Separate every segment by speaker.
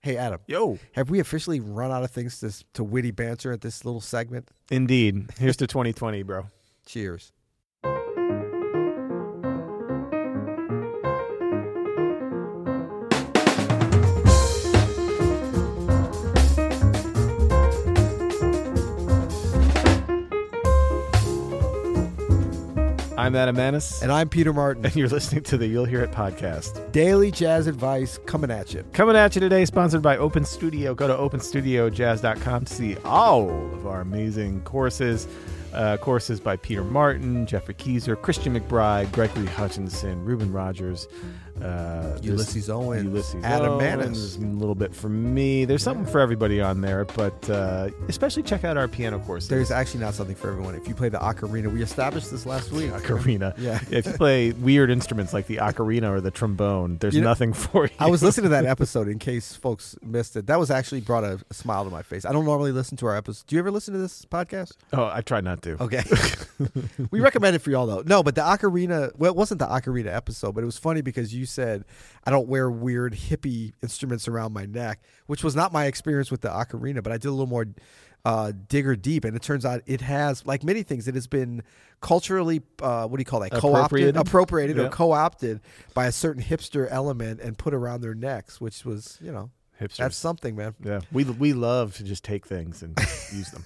Speaker 1: Hey, Adam.
Speaker 2: Yo.
Speaker 1: Have we officially run out of things to, to witty banter at this little segment?
Speaker 2: Indeed. Here's to 2020, bro.
Speaker 1: Cheers.
Speaker 2: I'm Adam Manis,
Speaker 1: And I'm Peter Martin.
Speaker 2: and you're listening to the You'll Hear It podcast.
Speaker 1: Daily jazz advice coming at you.
Speaker 2: Coming at you today, sponsored by Open Studio. Go to openstudiojazz.com to see all of our amazing courses. Uh, courses by Peter Martin, Jeffrey Keyser, Christian McBride, Gregory Hutchinson, Ruben Rogers, uh, there's
Speaker 1: Ulysses Owens,
Speaker 2: Ulysses
Speaker 1: Adam
Speaker 2: Owens,
Speaker 1: Manis.
Speaker 2: A little bit for me. There's something for everybody on there, but uh, especially check out our piano courses.
Speaker 1: There's actually not something for everyone. If you play the ocarina, we established this last week.
Speaker 2: ocarina.
Speaker 1: Yeah.
Speaker 2: if you play weird instruments like the ocarina or the trombone, there's
Speaker 1: You know-
Speaker 2: nothing for you.
Speaker 1: I was listening to that episode in case folks missed it. That was actually brought a, a smile to my face. I don't normally listen to our episodes. Do you ever listen to this podcast?
Speaker 2: oh, I try not to.
Speaker 1: Okay. we recommend it for y'all though. No, but the ocarina. Well, it wasn't the ocarina episode, but it was funny because you said I don't wear weird hippie instruments around my neck, which was not my experience with the ocarina. But I did a little more uh, digger deep, and it turns out it has, like many things, it has been culturally uh, what do you call that?
Speaker 2: Appropriated.
Speaker 1: Co-opted, appropriated
Speaker 2: Yeah.
Speaker 1: or co-opted by a certain hipster element and put around their necks, which was you know
Speaker 2: Hipsters.
Speaker 1: that's something, man.
Speaker 2: yeah, we we love to just take things and use them.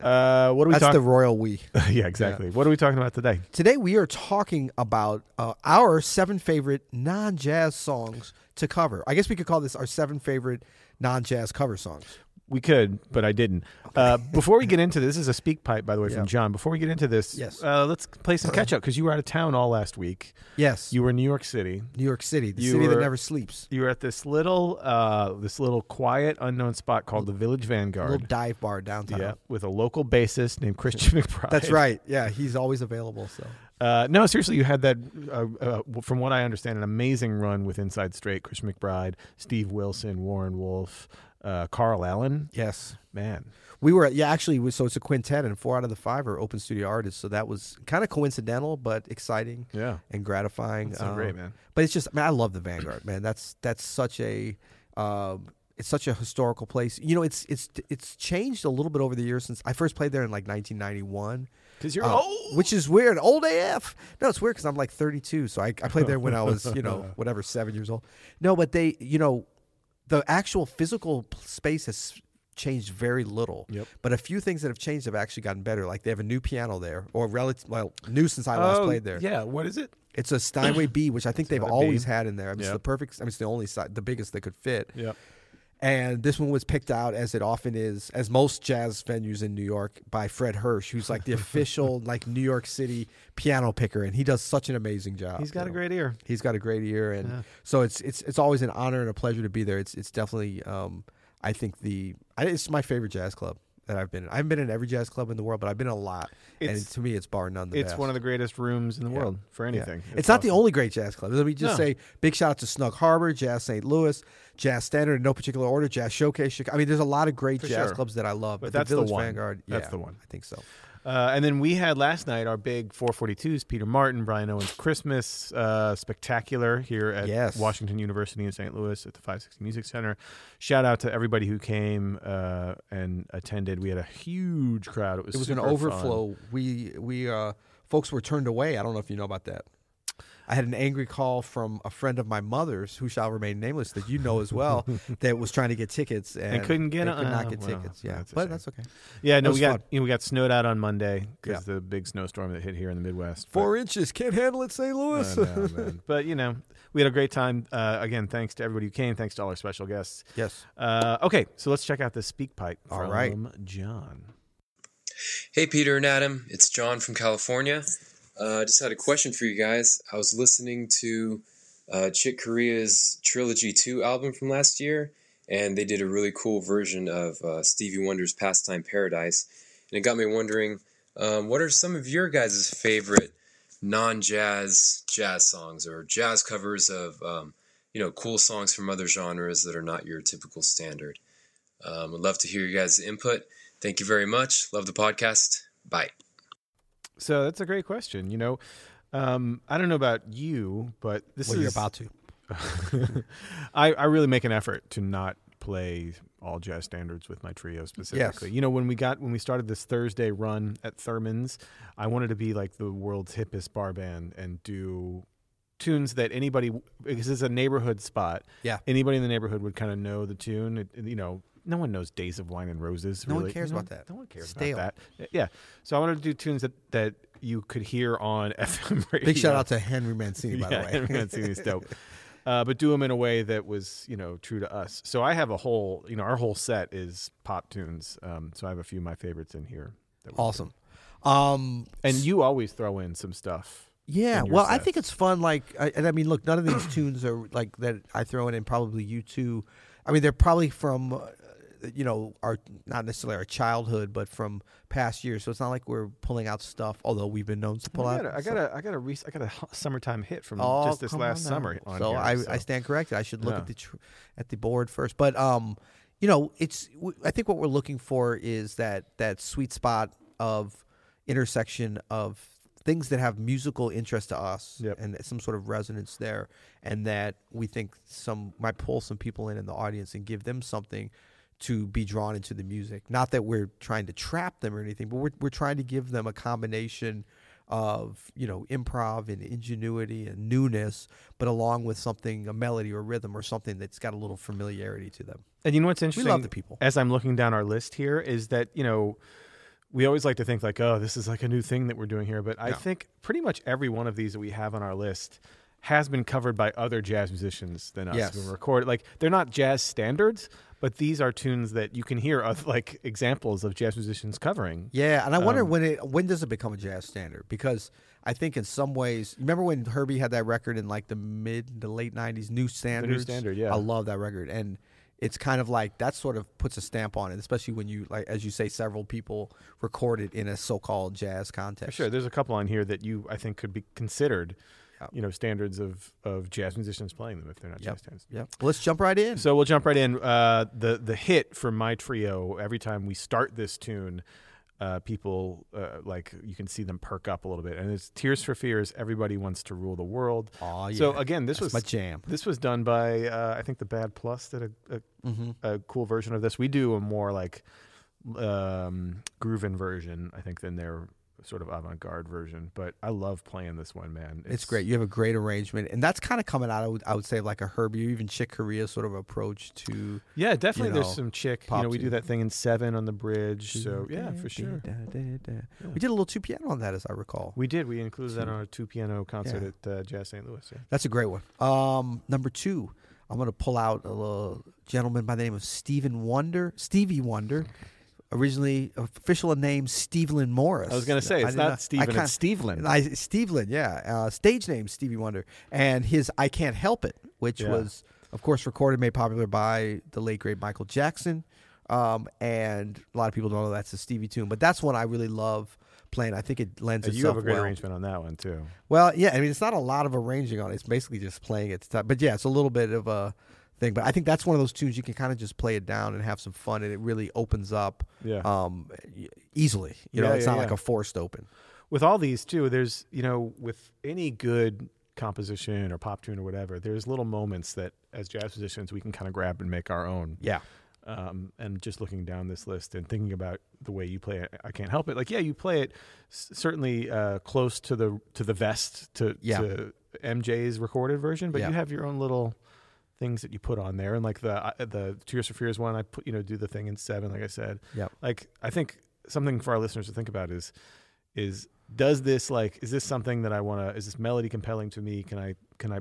Speaker 2: Uh, what are we
Speaker 1: That's the
Speaker 2: talking?
Speaker 1: royal we.
Speaker 2: yeah, exactly. What are we talking about today?
Speaker 1: Today we are talking about uh, our seven favorite non-jazz songs to cover. I guess we could call this our seven favorite non-jazz cover songs.
Speaker 2: We could, but I didn't. Uh, before we get into this, this is a speak pipe, by the way, from John. Before we get into this,
Speaker 1: Yes.
Speaker 2: uh, let's play some catch up because you were out of town all last week.
Speaker 1: Yes,
Speaker 2: You were in New York City.
Speaker 1: New York City, the
Speaker 2: you
Speaker 1: city that
Speaker 2: were-
Speaker 1: never sleeps.
Speaker 2: You were at this little, uh, this little quiet, unknown spot called the Village
Speaker 1: A
Speaker 2: Vanguard.
Speaker 1: little dive bar downtown.
Speaker 2: Yeah, with a local bassist named Christian McBride.
Speaker 1: That's right. Yeah, he's always available. So
Speaker 2: Uh, no, seriously, you had that, uh, uh, from what I understand, an amazing run with Inside Straight, Christian McBride, Steve Wilson, Warren Wolf, uh, Carl Allen.
Speaker 1: yes,
Speaker 2: Man,
Speaker 1: we were. Yeah, actually, we- so it's a quintet, and four out of the five are open studio artists. So that was kind of coincidental, but exciting
Speaker 2: yeah,
Speaker 1: and gratifying.
Speaker 2: so
Speaker 1: Um,
Speaker 2: great, man.
Speaker 1: But it's just, I mean, I love the Vanguard, man. That's that's such a, um, it's such a historical place. You know, it's it's it's changed a little bit over the years since I first played there in like 1991.
Speaker 2: Because you're
Speaker 1: Uh,
Speaker 2: old.
Speaker 1: which is weird. Old AF. No, it's weird because I'm like 32, so I, I played there when I was, you know, whatever, seven years old. No, but they, you know, the actual physical p- space has changed very little.
Speaker 2: Yep.
Speaker 1: But a few things that have changed have actually gotten better. Like they have a new piano there, or relative, well, new since I last played there.
Speaker 2: Oh, Yeah, what is it?
Speaker 1: It's a Steinway B, which I think they've
Speaker 2: Steinway B.
Speaker 1: always had in there. I mean,
Speaker 2: Yeah.
Speaker 1: it's the perfect. I mean, it's the only size, the biggest they could fit.
Speaker 2: Yep.
Speaker 1: And this one was picked out, as it often is, as most jazz venues in New York, by Fred Hirsch, who's like the official like New York City piano picker, and he does such an amazing job.
Speaker 2: He's got
Speaker 1: you
Speaker 2: a
Speaker 1: know.
Speaker 2: great ear.
Speaker 1: He's got a great ear, and so it's it's it's always an honor and a pleasure to be there. It's it's definitely um, I think the I, it's my favorite jazz club that I've been in. I haven't been in every jazz club in the world, but I've been in a lot, and
Speaker 2: It's-
Speaker 1: to me, it's bar none the
Speaker 2: It's
Speaker 1: best.
Speaker 2: one of the greatest rooms in the world for
Speaker 1: Yeah.
Speaker 2: anything.
Speaker 1: It's, not the only great jazz club. Let me just
Speaker 2: No.
Speaker 1: say big shout out to Snug Harbor, Jazz St. Louis, Jazz Standard, in no particular order, Jazz Showcase. Chicago. I mean, there's a lot of great
Speaker 2: For
Speaker 1: jazz
Speaker 2: sure.
Speaker 1: clubs that I love,
Speaker 2: But
Speaker 1: but,
Speaker 2: that's the
Speaker 1: the Village
Speaker 2: one.
Speaker 1: Vanguard,
Speaker 2: That's
Speaker 1: yeah,
Speaker 2: the one.
Speaker 1: I think so.
Speaker 2: Uh, and then we had last night our big 442s, Peter Martin, Brian Owens Christmas uh, Spectacular here at
Speaker 1: Yes.
Speaker 2: Washington University in St. Louis at the 560 Music Center. Shout out to everybody who came uh, and attended. We had a huge crowd. It was,
Speaker 1: It was an
Speaker 2: super fun.
Speaker 1: overflow. We we uh, folks were turned away. I don't know if you know about that. I had an angry call from a friend of my mother's, who shall remain nameless, that you know as well, that was trying to get tickets and,
Speaker 2: couldn't get
Speaker 1: they
Speaker 2: a-
Speaker 1: could not
Speaker 2: uh,
Speaker 1: get
Speaker 2: wow,
Speaker 1: tickets. Yeah,
Speaker 2: that's a
Speaker 1: but
Speaker 2: shame.
Speaker 1: that's okay.
Speaker 2: Yeah, no,
Speaker 1: It was
Speaker 2: we got
Speaker 1: fun.
Speaker 2: you know, we got snowed out on Monday because the big snowstorm that hit here in the Midwest. but-
Speaker 1: Four inches can't handle it, St. Louis.
Speaker 2: I know, man. but you know, we had a great time. Uh, again, thanks to everybody who came. Thanks to all our special guests.
Speaker 1: yes.
Speaker 2: Uh, okay, so let's check out this speak pipe
Speaker 1: All
Speaker 2: from
Speaker 1: right.
Speaker 2: John.
Speaker 3: Hey, Peter and Adam, it's John from California. Uh, I just had a question for you guys. I was listening to uh, Chick Corea's Trilogy 2 album from last year, and they did a really cool version of uh, Stevie Wonder's Pastime Paradise. And it got me wondering um, what are some of your guys' favorite non jazz jazz songs or jazz covers of, um, you know, cool songs from other genres that are not your typical standard? Um, I'd love to hear your guys' input. Thank you very much. Love the podcast. Bye.
Speaker 2: So that's a great question. You know, um, I don't know about you, but this
Speaker 1: Well,
Speaker 2: is
Speaker 1: you're about to.
Speaker 2: I, I really make an effort to not play all jazz standards with my trio specifically. You know, when we got when we started this Thursday run at Thurman's, I wanted to be like the world's hippest bar band and do tunes that anybody because it's a neighborhood spot.
Speaker 1: Yeah.
Speaker 2: Anybody in the neighborhood would kind of know the tune. It, you know, no one knows Days of Wine and Roses.
Speaker 1: No one
Speaker 2: really.
Speaker 1: cares
Speaker 2: No
Speaker 1: about that.
Speaker 2: No one cares
Speaker 1: Stale.
Speaker 2: about that. Yeah. So I wanted to do tunes that that you could hear on FM radio.
Speaker 1: Big shout out to Henry Mancini, by
Speaker 2: yeah,
Speaker 1: the way.
Speaker 2: Henry Mancini's dope. Uh, but do them in a way that was, you know, true to us. So I have a whole, you know, our whole set is pop tunes. Um, so I have a few of my favorites in here. That we-
Speaker 1: awesome. Um,
Speaker 2: and you always throw in some stuff.
Speaker 1: Yeah,
Speaker 2: in your
Speaker 1: well, I
Speaker 2: sets.
Speaker 1: think it's fun. Like, I, and I mean, look, none of these tunes are like that. I throw in, and probably you two. I mean, they're probably from, uh, you know, our not necessarily our childhood, but from past years. So it's not like we're pulling out stuff. Although we've been known to pull
Speaker 2: I
Speaker 1: out.
Speaker 2: got, a, I got a, I got a, rec- I got a hu- summertime hit from
Speaker 1: Oh,
Speaker 2: just this
Speaker 1: come
Speaker 2: last
Speaker 1: on now.
Speaker 2: summer. On
Speaker 1: so
Speaker 2: here,
Speaker 1: I, I stand corrected. I should look at the tr- at the board first. But um, you know, it's w- I think what we're looking for is that that sweet spot of intersection of things that have musical interest to us
Speaker 2: Yep.
Speaker 1: and some sort of resonance there, and that we think some might pull some people in in the audience and give them something. To be drawn into the music, not that we're trying to trap them or anything, but we're we're trying to give them a combination of you know improv and ingenuity and newness, but along with something a melody or rhythm or something that's got a little familiarity to them.
Speaker 2: And you know what's interesting?
Speaker 1: the people.
Speaker 2: As I'm looking down our list here, is that you know we always like to think like, oh, this is like a new thing that we're doing here, but I think pretty much every one of these that we have on our list has been covered by other jazz musicians than us.
Speaker 1: Yes.
Speaker 2: Been recorded like they're not jazz standards, but these are tunes that you can hear of like examples of jazz musicians covering.
Speaker 1: Yeah, and I wonder when it when does it become a jazz standard? Because I think in some ways, remember when Herbie had that record in like the mid the late '90s, New Standards.
Speaker 2: Standard, yeah.
Speaker 1: I love that record, and it's kind of like that sort of puts a stamp on it, especially when you like as you say, several people record it in a so-called jazz context.
Speaker 2: Sure, there's a couple on here that you I think could be considered, you know, standards of of jazz musicians playing them if they're not jazz standards.
Speaker 1: Yeah. Well, let's jump right in.
Speaker 2: So we'll jump right in. Uh, the the hit for my trio every time we start this tune, uh, people uh, like you can see them perk up a little bit, and it's Tears for Fears. Everybody wants to rule the world.
Speaker 1: Aw,
Speaker 2: So
Speaker 1: Oh, yeah.
Speaker 2: again, this
Speaker 1: That's
Speaker 2: was
Speaker 1: my jam.
Speaker 2: This was done by uh, I think the Bad Plus did a a,
Speaker 1: Mm-hmm.
Speaker 2: a cool version of this. We do a more like um, grooving version, I think, than their sort of avant garde version. But I love playing this one, man.
Speaker 1: It's great. You have a great arrangement, and that's kind of coming out. I would, I would say like a Herbie or even Chick Corea sort of approach to.
Speaker 2: Yeah, definitely.
Speaker 1: you
Speaker 2: there's
Speaker 1: know,
Speaker 2: some chick. You
Speaker 1: pop
Speaker 2: know, we
Speaker 1: to.
Speaker 2: do that thing in seven on the bridge. So yeah, for sure.
Speaker 1: We did a little two piano on that, as I recall.
Speaker 2: We did. We included that on our two piano concert
Speaker 1: Yeah.
Speaker 2: at uh, Jazz St. Louis. Yeah.
Speaker 1: That's a great one. Um, number two, I'm gonna pull out a little gentleman by the name of Stephen Wonder, Stevie Wonder. Originally, official name Stevelin Morris.
Speaker 2: I was gonna say, it's
Speaker 1: did
Speaker 2: not
Speaker 1: I
Speaker 2: Steven,
Speaker 1: kinda-
Speaker 2: it's Stevelin.
Speaker 1: I, Stevelin, yeah. Uh, stage name Stevie Wonder, and his "I Can't Help It," which
Speaker 2: Yeah.
Speaker 1: was, of course, recorded made popular by the late great Michael Jackson. Um, and a lot of people don't know that's a Stevie tune, but that's one I really love playing. I think it lends
Speaker 2: Uh, You
Speaker 1: itself
Speaker 2: have a great
Speaker 1: well.
Speaker 2: arrangement on that one too.
Speaker 1: Well, yeah, I mean, it's not a lot of arranging on it. It's basically just playing it. But yeah, it's a little bit of a thing. But I think that's one of those tunes you can kind of just play it down and have some fun, and it really opens up
Speaker 2: Yeah.
Speaker 1: um, e- easily. You know,
Speaker 2: Yeah,
Speaker 1: it's
Speaker 2: yeah,
Speaker 1: not like
Speaker 2: yeah.
Speaker 1: a forced open.
Speaker 2: With all these too, there's you know, with any good composition or pop tune or whatever, there's little moments that as jazz musicians we can kind of grab and make our own.
Speaker 1: Yeah.
Speaker 2: um, and just looking down this list and thinking about the way you play it, I can't help it. Like, yeah, you play it s- certainly uh, close to the to the vest to,
Speaker 1: Yeah.
Speaker 2: to MJ's recorded version, but
Speaker 1: Yeah.
Speaker 2: you have your own little things that you put on there. And like the uh, the Tears for Fears one, I put you know do the thing in seven, like I said.
Speaker 1: Yep.
Speaker 2: Like I think something for our listeners to think about is is does this like is this something that I want to? Is this melody compelling to me? Can I can I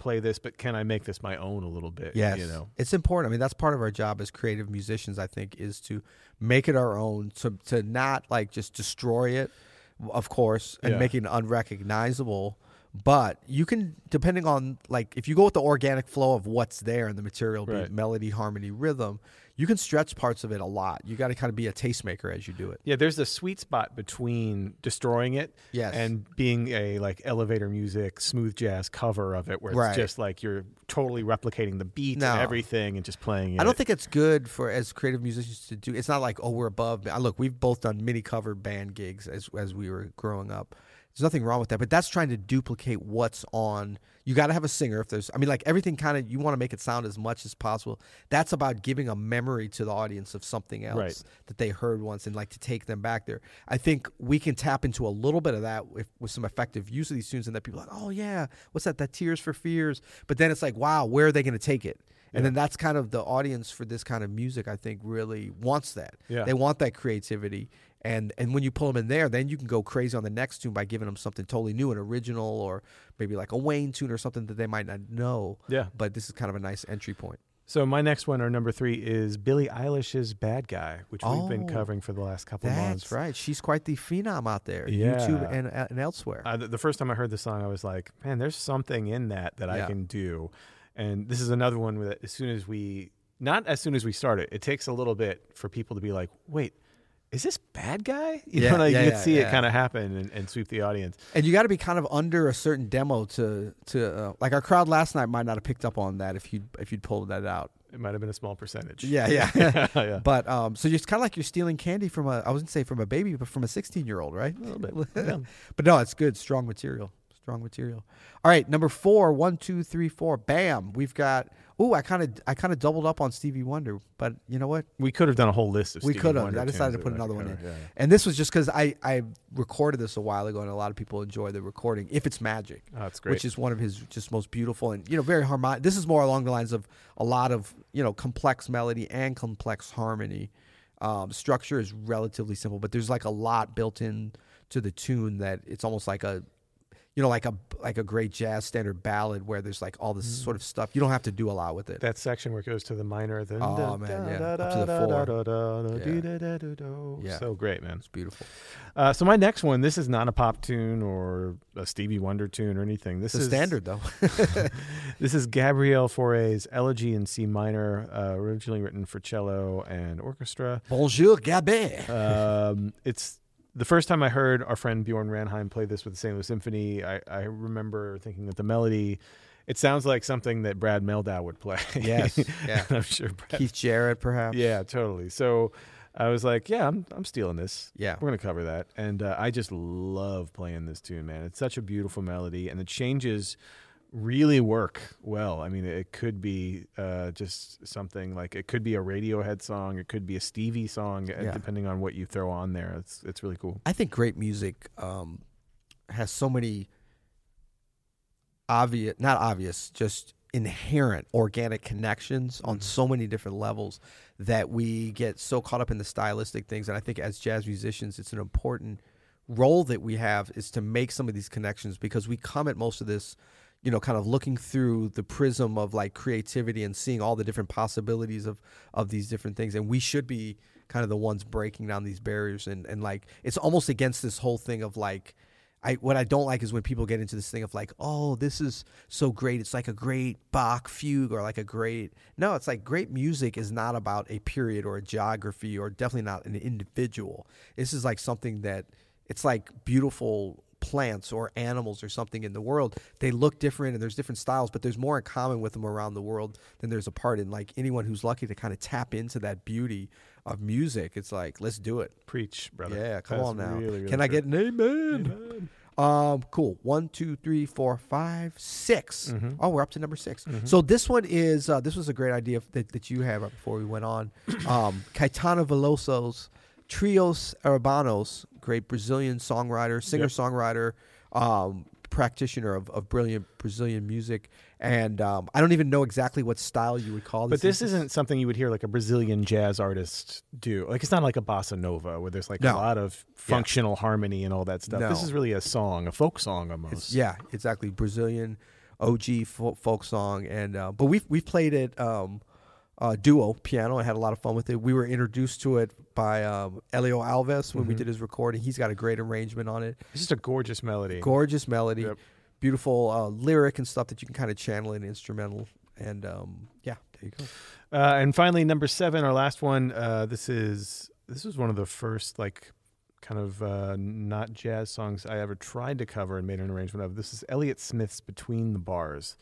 Speaker 2: play this? But can I make this my own a little bit?
Speaker 1: Yes.
Speaker 2: You know.
Speaker 1: It's important. I mean, that's part of our job as creative musicians, I think, is to make it our own, to, to not like just destroy it, of course, and
Speaker 2: Yeah.
Speaker 1: make it unrecognizable. But you can, depending on like, if you go with the organic flow of what's there in the material, be it
Speaker 2: Right.
Speaker 1: melody, harmony, rhythm, you can stretch parts of it a lot. You got to kind of be a tastemaker as you do it.
Speaker 2: Yeah, there's a sweet spot between destroying it
Speaker 1: Yes.
Speaker 2: and being a like elevator music, smooth jazz cover of it, where
Speaker 1: Right.
Speaker 2: it's just like you're totally replicating the beat
Speaker 1: No.
Speaker 2: and everything and just playing it.
Speaker 1: I don't think it's good for as creative musicians to do. It's not like oh we're above. I- Look, we've both done mini cover band gigs as as we were growing up. There's nothing wrong with that, but that's trying to duplicate what's on You got to have a singer if there's I mean like everything kind of you want to make it sound as much as possible. That's about giving a memory to the audience of something else
Speaker 2: Right.
Speaker 1: that they heard once and like to take them back there. I think we can tap into a little bit of that if, with some effective use of these tunes and that people are like, "Oh yeah, what's that that Tears for Fears?" But then it's like, "Wow, where are they going to take it?" And then that's kind of the audience for this kind of music. I think really wants that.
Speaker 2: Yeah.
Speaker 1: They want that creativity, and and when you pull them in there, then you can go crazy on the next tune by giving them something totally new, an original, or maybe like a Wayne tune or something that they might not know.
Speaker 2: Yeah.
Speaker 1: But this is kind of a nice entry point.
Speaker 2: So my next one, or number three, is Billie Eilish's "Bad Guy," which we've been
Speaker 1: Oh,
Speaker 2: covering for the last couple months.
Speaker 1: That's right. She's quite the phenom out there,
Speaker 2: Yeah.
Speaker 1: YouTube and and elsewhere.
Speaker 2: Uh, the, the first time I heard the song, I was like, "Man, there's something in that that I
Speaker 1: Yeah.
Speaker 2: can do." And this is another one that, as soon as we, not as soon as we start it, it takes a little bit for people to be like, "Wait, is this bad guy?" You
Speaker 1: Yeah,
Speaker 2: know, like
Speaker 1: yeah,
Speaker 2: you
Speaker 1: yeah,
Speaker 2: can see it
Speaker 1: yeah.
Speaker 2: kind of happen and, and sweep the audience.
Speaker 1: And you got to be kind of under a certain demo to to uh, like our crowd last night might not have picked up on that if you if you'd pulled that out.
Speaker 2: It might have been a small percentage.
Speaker 1: Yeah, yeah.
Speaker 2: yeah.
Speaker 1: But um, so it's kind of like you're stealing candy from a I wouldn't say from a baby, but from a 16 year old, right? A little bit. but no, it's good. Strong material. Strong material. All right, number four. One, two, three, four. Bam. We've got. Ooh, I kind of I kind of doubled up on Stevie Wonder, but you know what?
Speaker 2: We could have done a whole list of
Speaker 1: we
Speaker 2: Stevie
Speaker 1: could have.
Speaker 2: Wonder
Speaker 1: I decided
Speaker 2: tunes
Speaker 1: to put
Speaker 2: that I
Speaker 1: another
Speaker 2: could
Speaker 1: one in,
Speaker 2: cover, yeah.
Speaker 1: and this was just because I I recorded this a while ago, and a lot of people enjoy the recording. If it's magic,
Speaker 2: Oh, that's great.
Speaker 1: Which is one of his just most beautiful and you know very harmonic. This is more along the lines of a lot of you know complex melody and complex harmony. Um, structure is relatively simple, but there's like a lot built in to the tune that it's almost like a you know like a like a great jazz standard ballad where there's like all this sort of stuff. You don't have to do a lot with it.
Speaker 2: Mm. That section where it goes to the minor, the
Speaker 1: Oh,
Speaker 2: da-
Speaker 1: man, yeah.
Speaker 2: da-
Speaker 1: Up to the
Speaker 2: da-
Speaker 1: four.
Speaker 2: da- da- da-
Speaker 1: Yeah.
Speaker 2: dee- da- da- do- do.
Speaker 1: Yeah.
Speaker 2: So great, man.
Speaker 1: it's beautiful.
Speaker 2: Uh, so my next one, this is not a pop tune or a Stevie Wonder tune or anything. This
Speaker 1: It's a
Speaker 2: is
Speaker 1: standard though.
Speaker 2: This is Gabrielle Fauré's Elegy in C minor, uh, originally written for cello and orchestra.
Speaker 1: Bonjour, Gabé.
Speaker 2: Um, it's the first time I heard our friend Bjorn Ranheim play this with the St. Louis Symphony. I, I remember thinking that the melody, it sounds like something that Brad Meldow would play.
Speaker 1: Yes, yeah.
Speaker 2: And I'm sure Brad
Speaker 1: Keith Jarrett, perhaps.
Speaker 2: Yeah, totally. So I was like, yeah, I'm, I'm stealing this.
Speaker 1: Yeah.
Speaker 2: We're going to cover that. And uh, I just love playing this tune, man. It's such a beautiful melody, and the changes really work well. I mean, it could be uh, just something like it could be a Radiohead song, it could be a Stevie song, uh,
Speaker 1: Yeah.
Speaker 2: depending on what you throw on there. It's, it's really cool.
Speaker 1: I think great music um, has so many obvious, not obvious, just inherent organic connections on so many different levels that we get so caught up in the stylistic things. And I think as jazz musicians, it's an important role that we have is to make some of these connections because we come at most of this you know kind of looking through the prism of like creativity and seeing all the different possibilities of of these different things and we should be kind of the ones breaking down these barriers and and like it's almost against this whole thing of like I what I don't like is when people get into this thing of like, oh, this is so great. It's like a great Bach fugue or like a great. No, it's like great music is not about a period or a geography or definitely not an individual. This is like something that it's like beautiful plants or animals or something in the world. They look different and there's different styles, but there's more in common with them around the world than there's apart. And like anyone who's lucky to kind of tap into that beauty of music, it's like, let's do it.
Speaker 2: Preach, brother.
Speaker 1: Yeah, come
Speaker 2: That's
Speaker 1: on now.
Speaker 2: really, really
Speaker 1: Can I
Speaker 2: true.
Speaker 1: get an amen? Um, cool. One, two, three, four, five, six.
Speaker 2: Mm-hmm.
Speaker 1: Oh, we're up to number 6 So this one is uh, this was a great idea that, that you had right before we went on. Um, Caetano Veloso's Trios Urbanos, great Brazilian songwriter, singer songwriter, um, practitioner of, of brilliant Brazilian music. And um, I don't even know exactly what style you would call this.
Speaker 2: But this isn't something you would hear like a Brazilian jazz artist do. Like it's not like a bossa nova where there's like a
Speaker 1: No.
Speaker 2: lot of functional harmony and all that stuff. This
Speaker 1: No.
Speaker 2: is really a song, a folk song almost.
Speaker 1: Yeah, exactly. Brazilian OG fo- folk song, and uh, but we've we've played it um, uh, duo piano. and had a lot of fun with it. We were introduced to it by um, Elio Alves
Speaker 2: Mm-hmm.
Speaker 1: when we did his recording. He's got a great arrangement on it.
Speaker 2: It's just a gorgeous melody.
Speaker 1: Gorgeous melody,
Speaker 2: Yep.
Speaker 1: beautiful uh, lyric and stuff that you can kind of channel in instrumental. And um, yeah, there you go.
Speaker 2: Uh, and finally, number seven, our last one. Uh, this is this was one of the first like kind of uh, not jazz songs I ever tried to cover and made an arrangement of. This is Elliott Smith's "Between the Bars."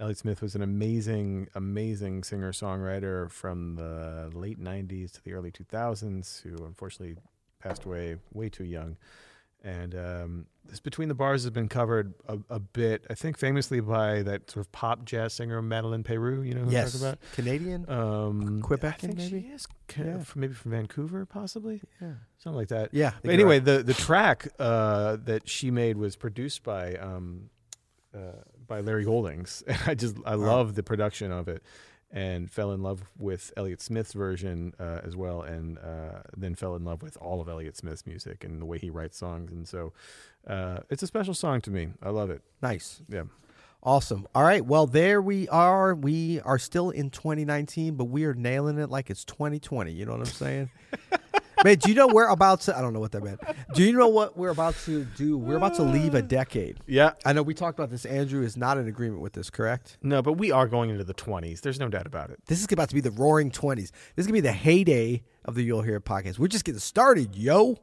Speaker 2: Elliott Smith was an amazing, amazing singer songwriter from the late '90s to the early 2000s, who unfortunately passed away way too young. And um, this Between the Bars has been covered a, a bit, I think famously by that sort of pop jazz singer Madeline Peru, you know who I'm
Speaker 1: yes.
Speaker 2: talking
Speaker 1: Canadian.
Speaker 2: about? Um,
Speaker 1: Quebecan,
Speaker 2: I think She
Speaker 1: maybe?
Speaker 2: is, ca-
Speaker 1: Yeah.
Speaker 2: from- maybe from Vancouver, possibly.
Speaker 1: yeah.
Speaker 2: Something like that.
Speaker 1: Yeah. I think
Speaker 2: But
Speaker 1: you're
Speaker 2: anyway,
Speaker 1: right.
Speaker 2: the the track uh, that she made was produced by um, uh, by Larry Goldings, and I just I love the production of it, and fell in love with Elliott Smith's version uh, as well, and uh, then fell in love with all of Elliott Smith's music and the way he writes songs, and so uh, it's a special song to me. I love it.
Speaker 1: nice.
Speaker 2: Yeah.
Speaker 1: Awesome. All right. Well, there we are. We are still in 2019, but we are nailing it like it's 2020. You know what I'm saying? Man, do you know we're about to? I don't know what that meant. Do you know what we're about to do? We're about to leave a decade.
Speaker 2: Yeah.
Speaker 1: I know we talked about this. Andrew is not in agreement with this, correct?
Speaker 2: No, but we are going into the twenties. There's no doubt about it.
Speaker 1: This is about to be the roaring 20s. This is going to be the heyday of the You'll Hear podcast. We're just getting started, yo.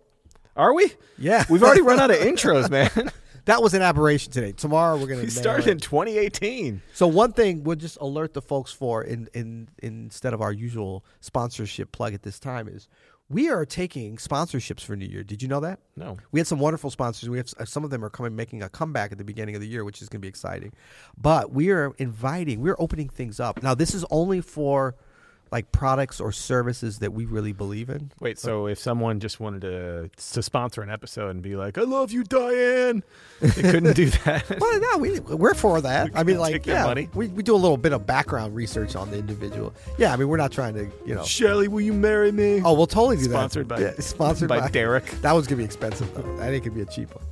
Speaker 2: Are we?
Speaker 1: Yeah.
Speaker 2: We've already run out of intros, man.
Speaker 1: That was an aberration today. Tomorrow we're going to
Speaker 2: we started in 2018.
Speaker 1: So one thing we'll just alert the folks for in, in instead of our usual sponsorship plug at this time is we are taking sponsorships for New Year. Did you know that?
Speaker 2: No.
Speaker 1: We had some wonderful sponsors. We have s- uh, some of them are coming making a comeback at the beginning of the year, which is going to be exciting. But we are inviting, we're opening things up. Now this is only for like products or services that we really believe in.
Speaker 2: Wait, so if someone just wanted to to sponsor an episode and be like, "I love you, Diane," they couldn't do that.
Speaker 1: Well, no, we, we're for that. I mean, like,
Speaker 2: Take their
Speaker 1: yeah,
Speaker 2: money.
Speaker 1: We, we do a little bit of background research on the individual. Yeah, I mean, we're not trying to, you know.
Speaker 2: Shelly, will you marry me?
Speaker 1: Oh, we'll totally do
Speaker 2: Sponsored
Speaker 1: that.
Speaker 2: by-
Speaker 1: Yeah, sponsored
Speaker 2: by Derek.
Speaker 1: That one's gonna be expensive though. That ain't gonna be a cheap one.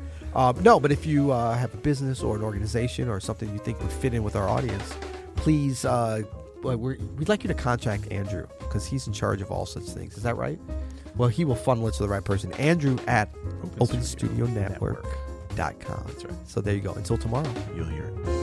Speaker 1: Um, no, but if you uh, have a business or an organization or something you think would fit in with our audience, please, uh, well, we're, we'd like you to contact Andrew because he's in charge of all such things. Is that right? Well, he will funnel it to the right person. Andrew at
Speaker 2: Open Studio
Speaker 1: OpenStudioNetwork.com.
Speaker 2: That's right.
Speaker 1: So there you go. Until tomorrow.
Speaker 2: You'll hear it.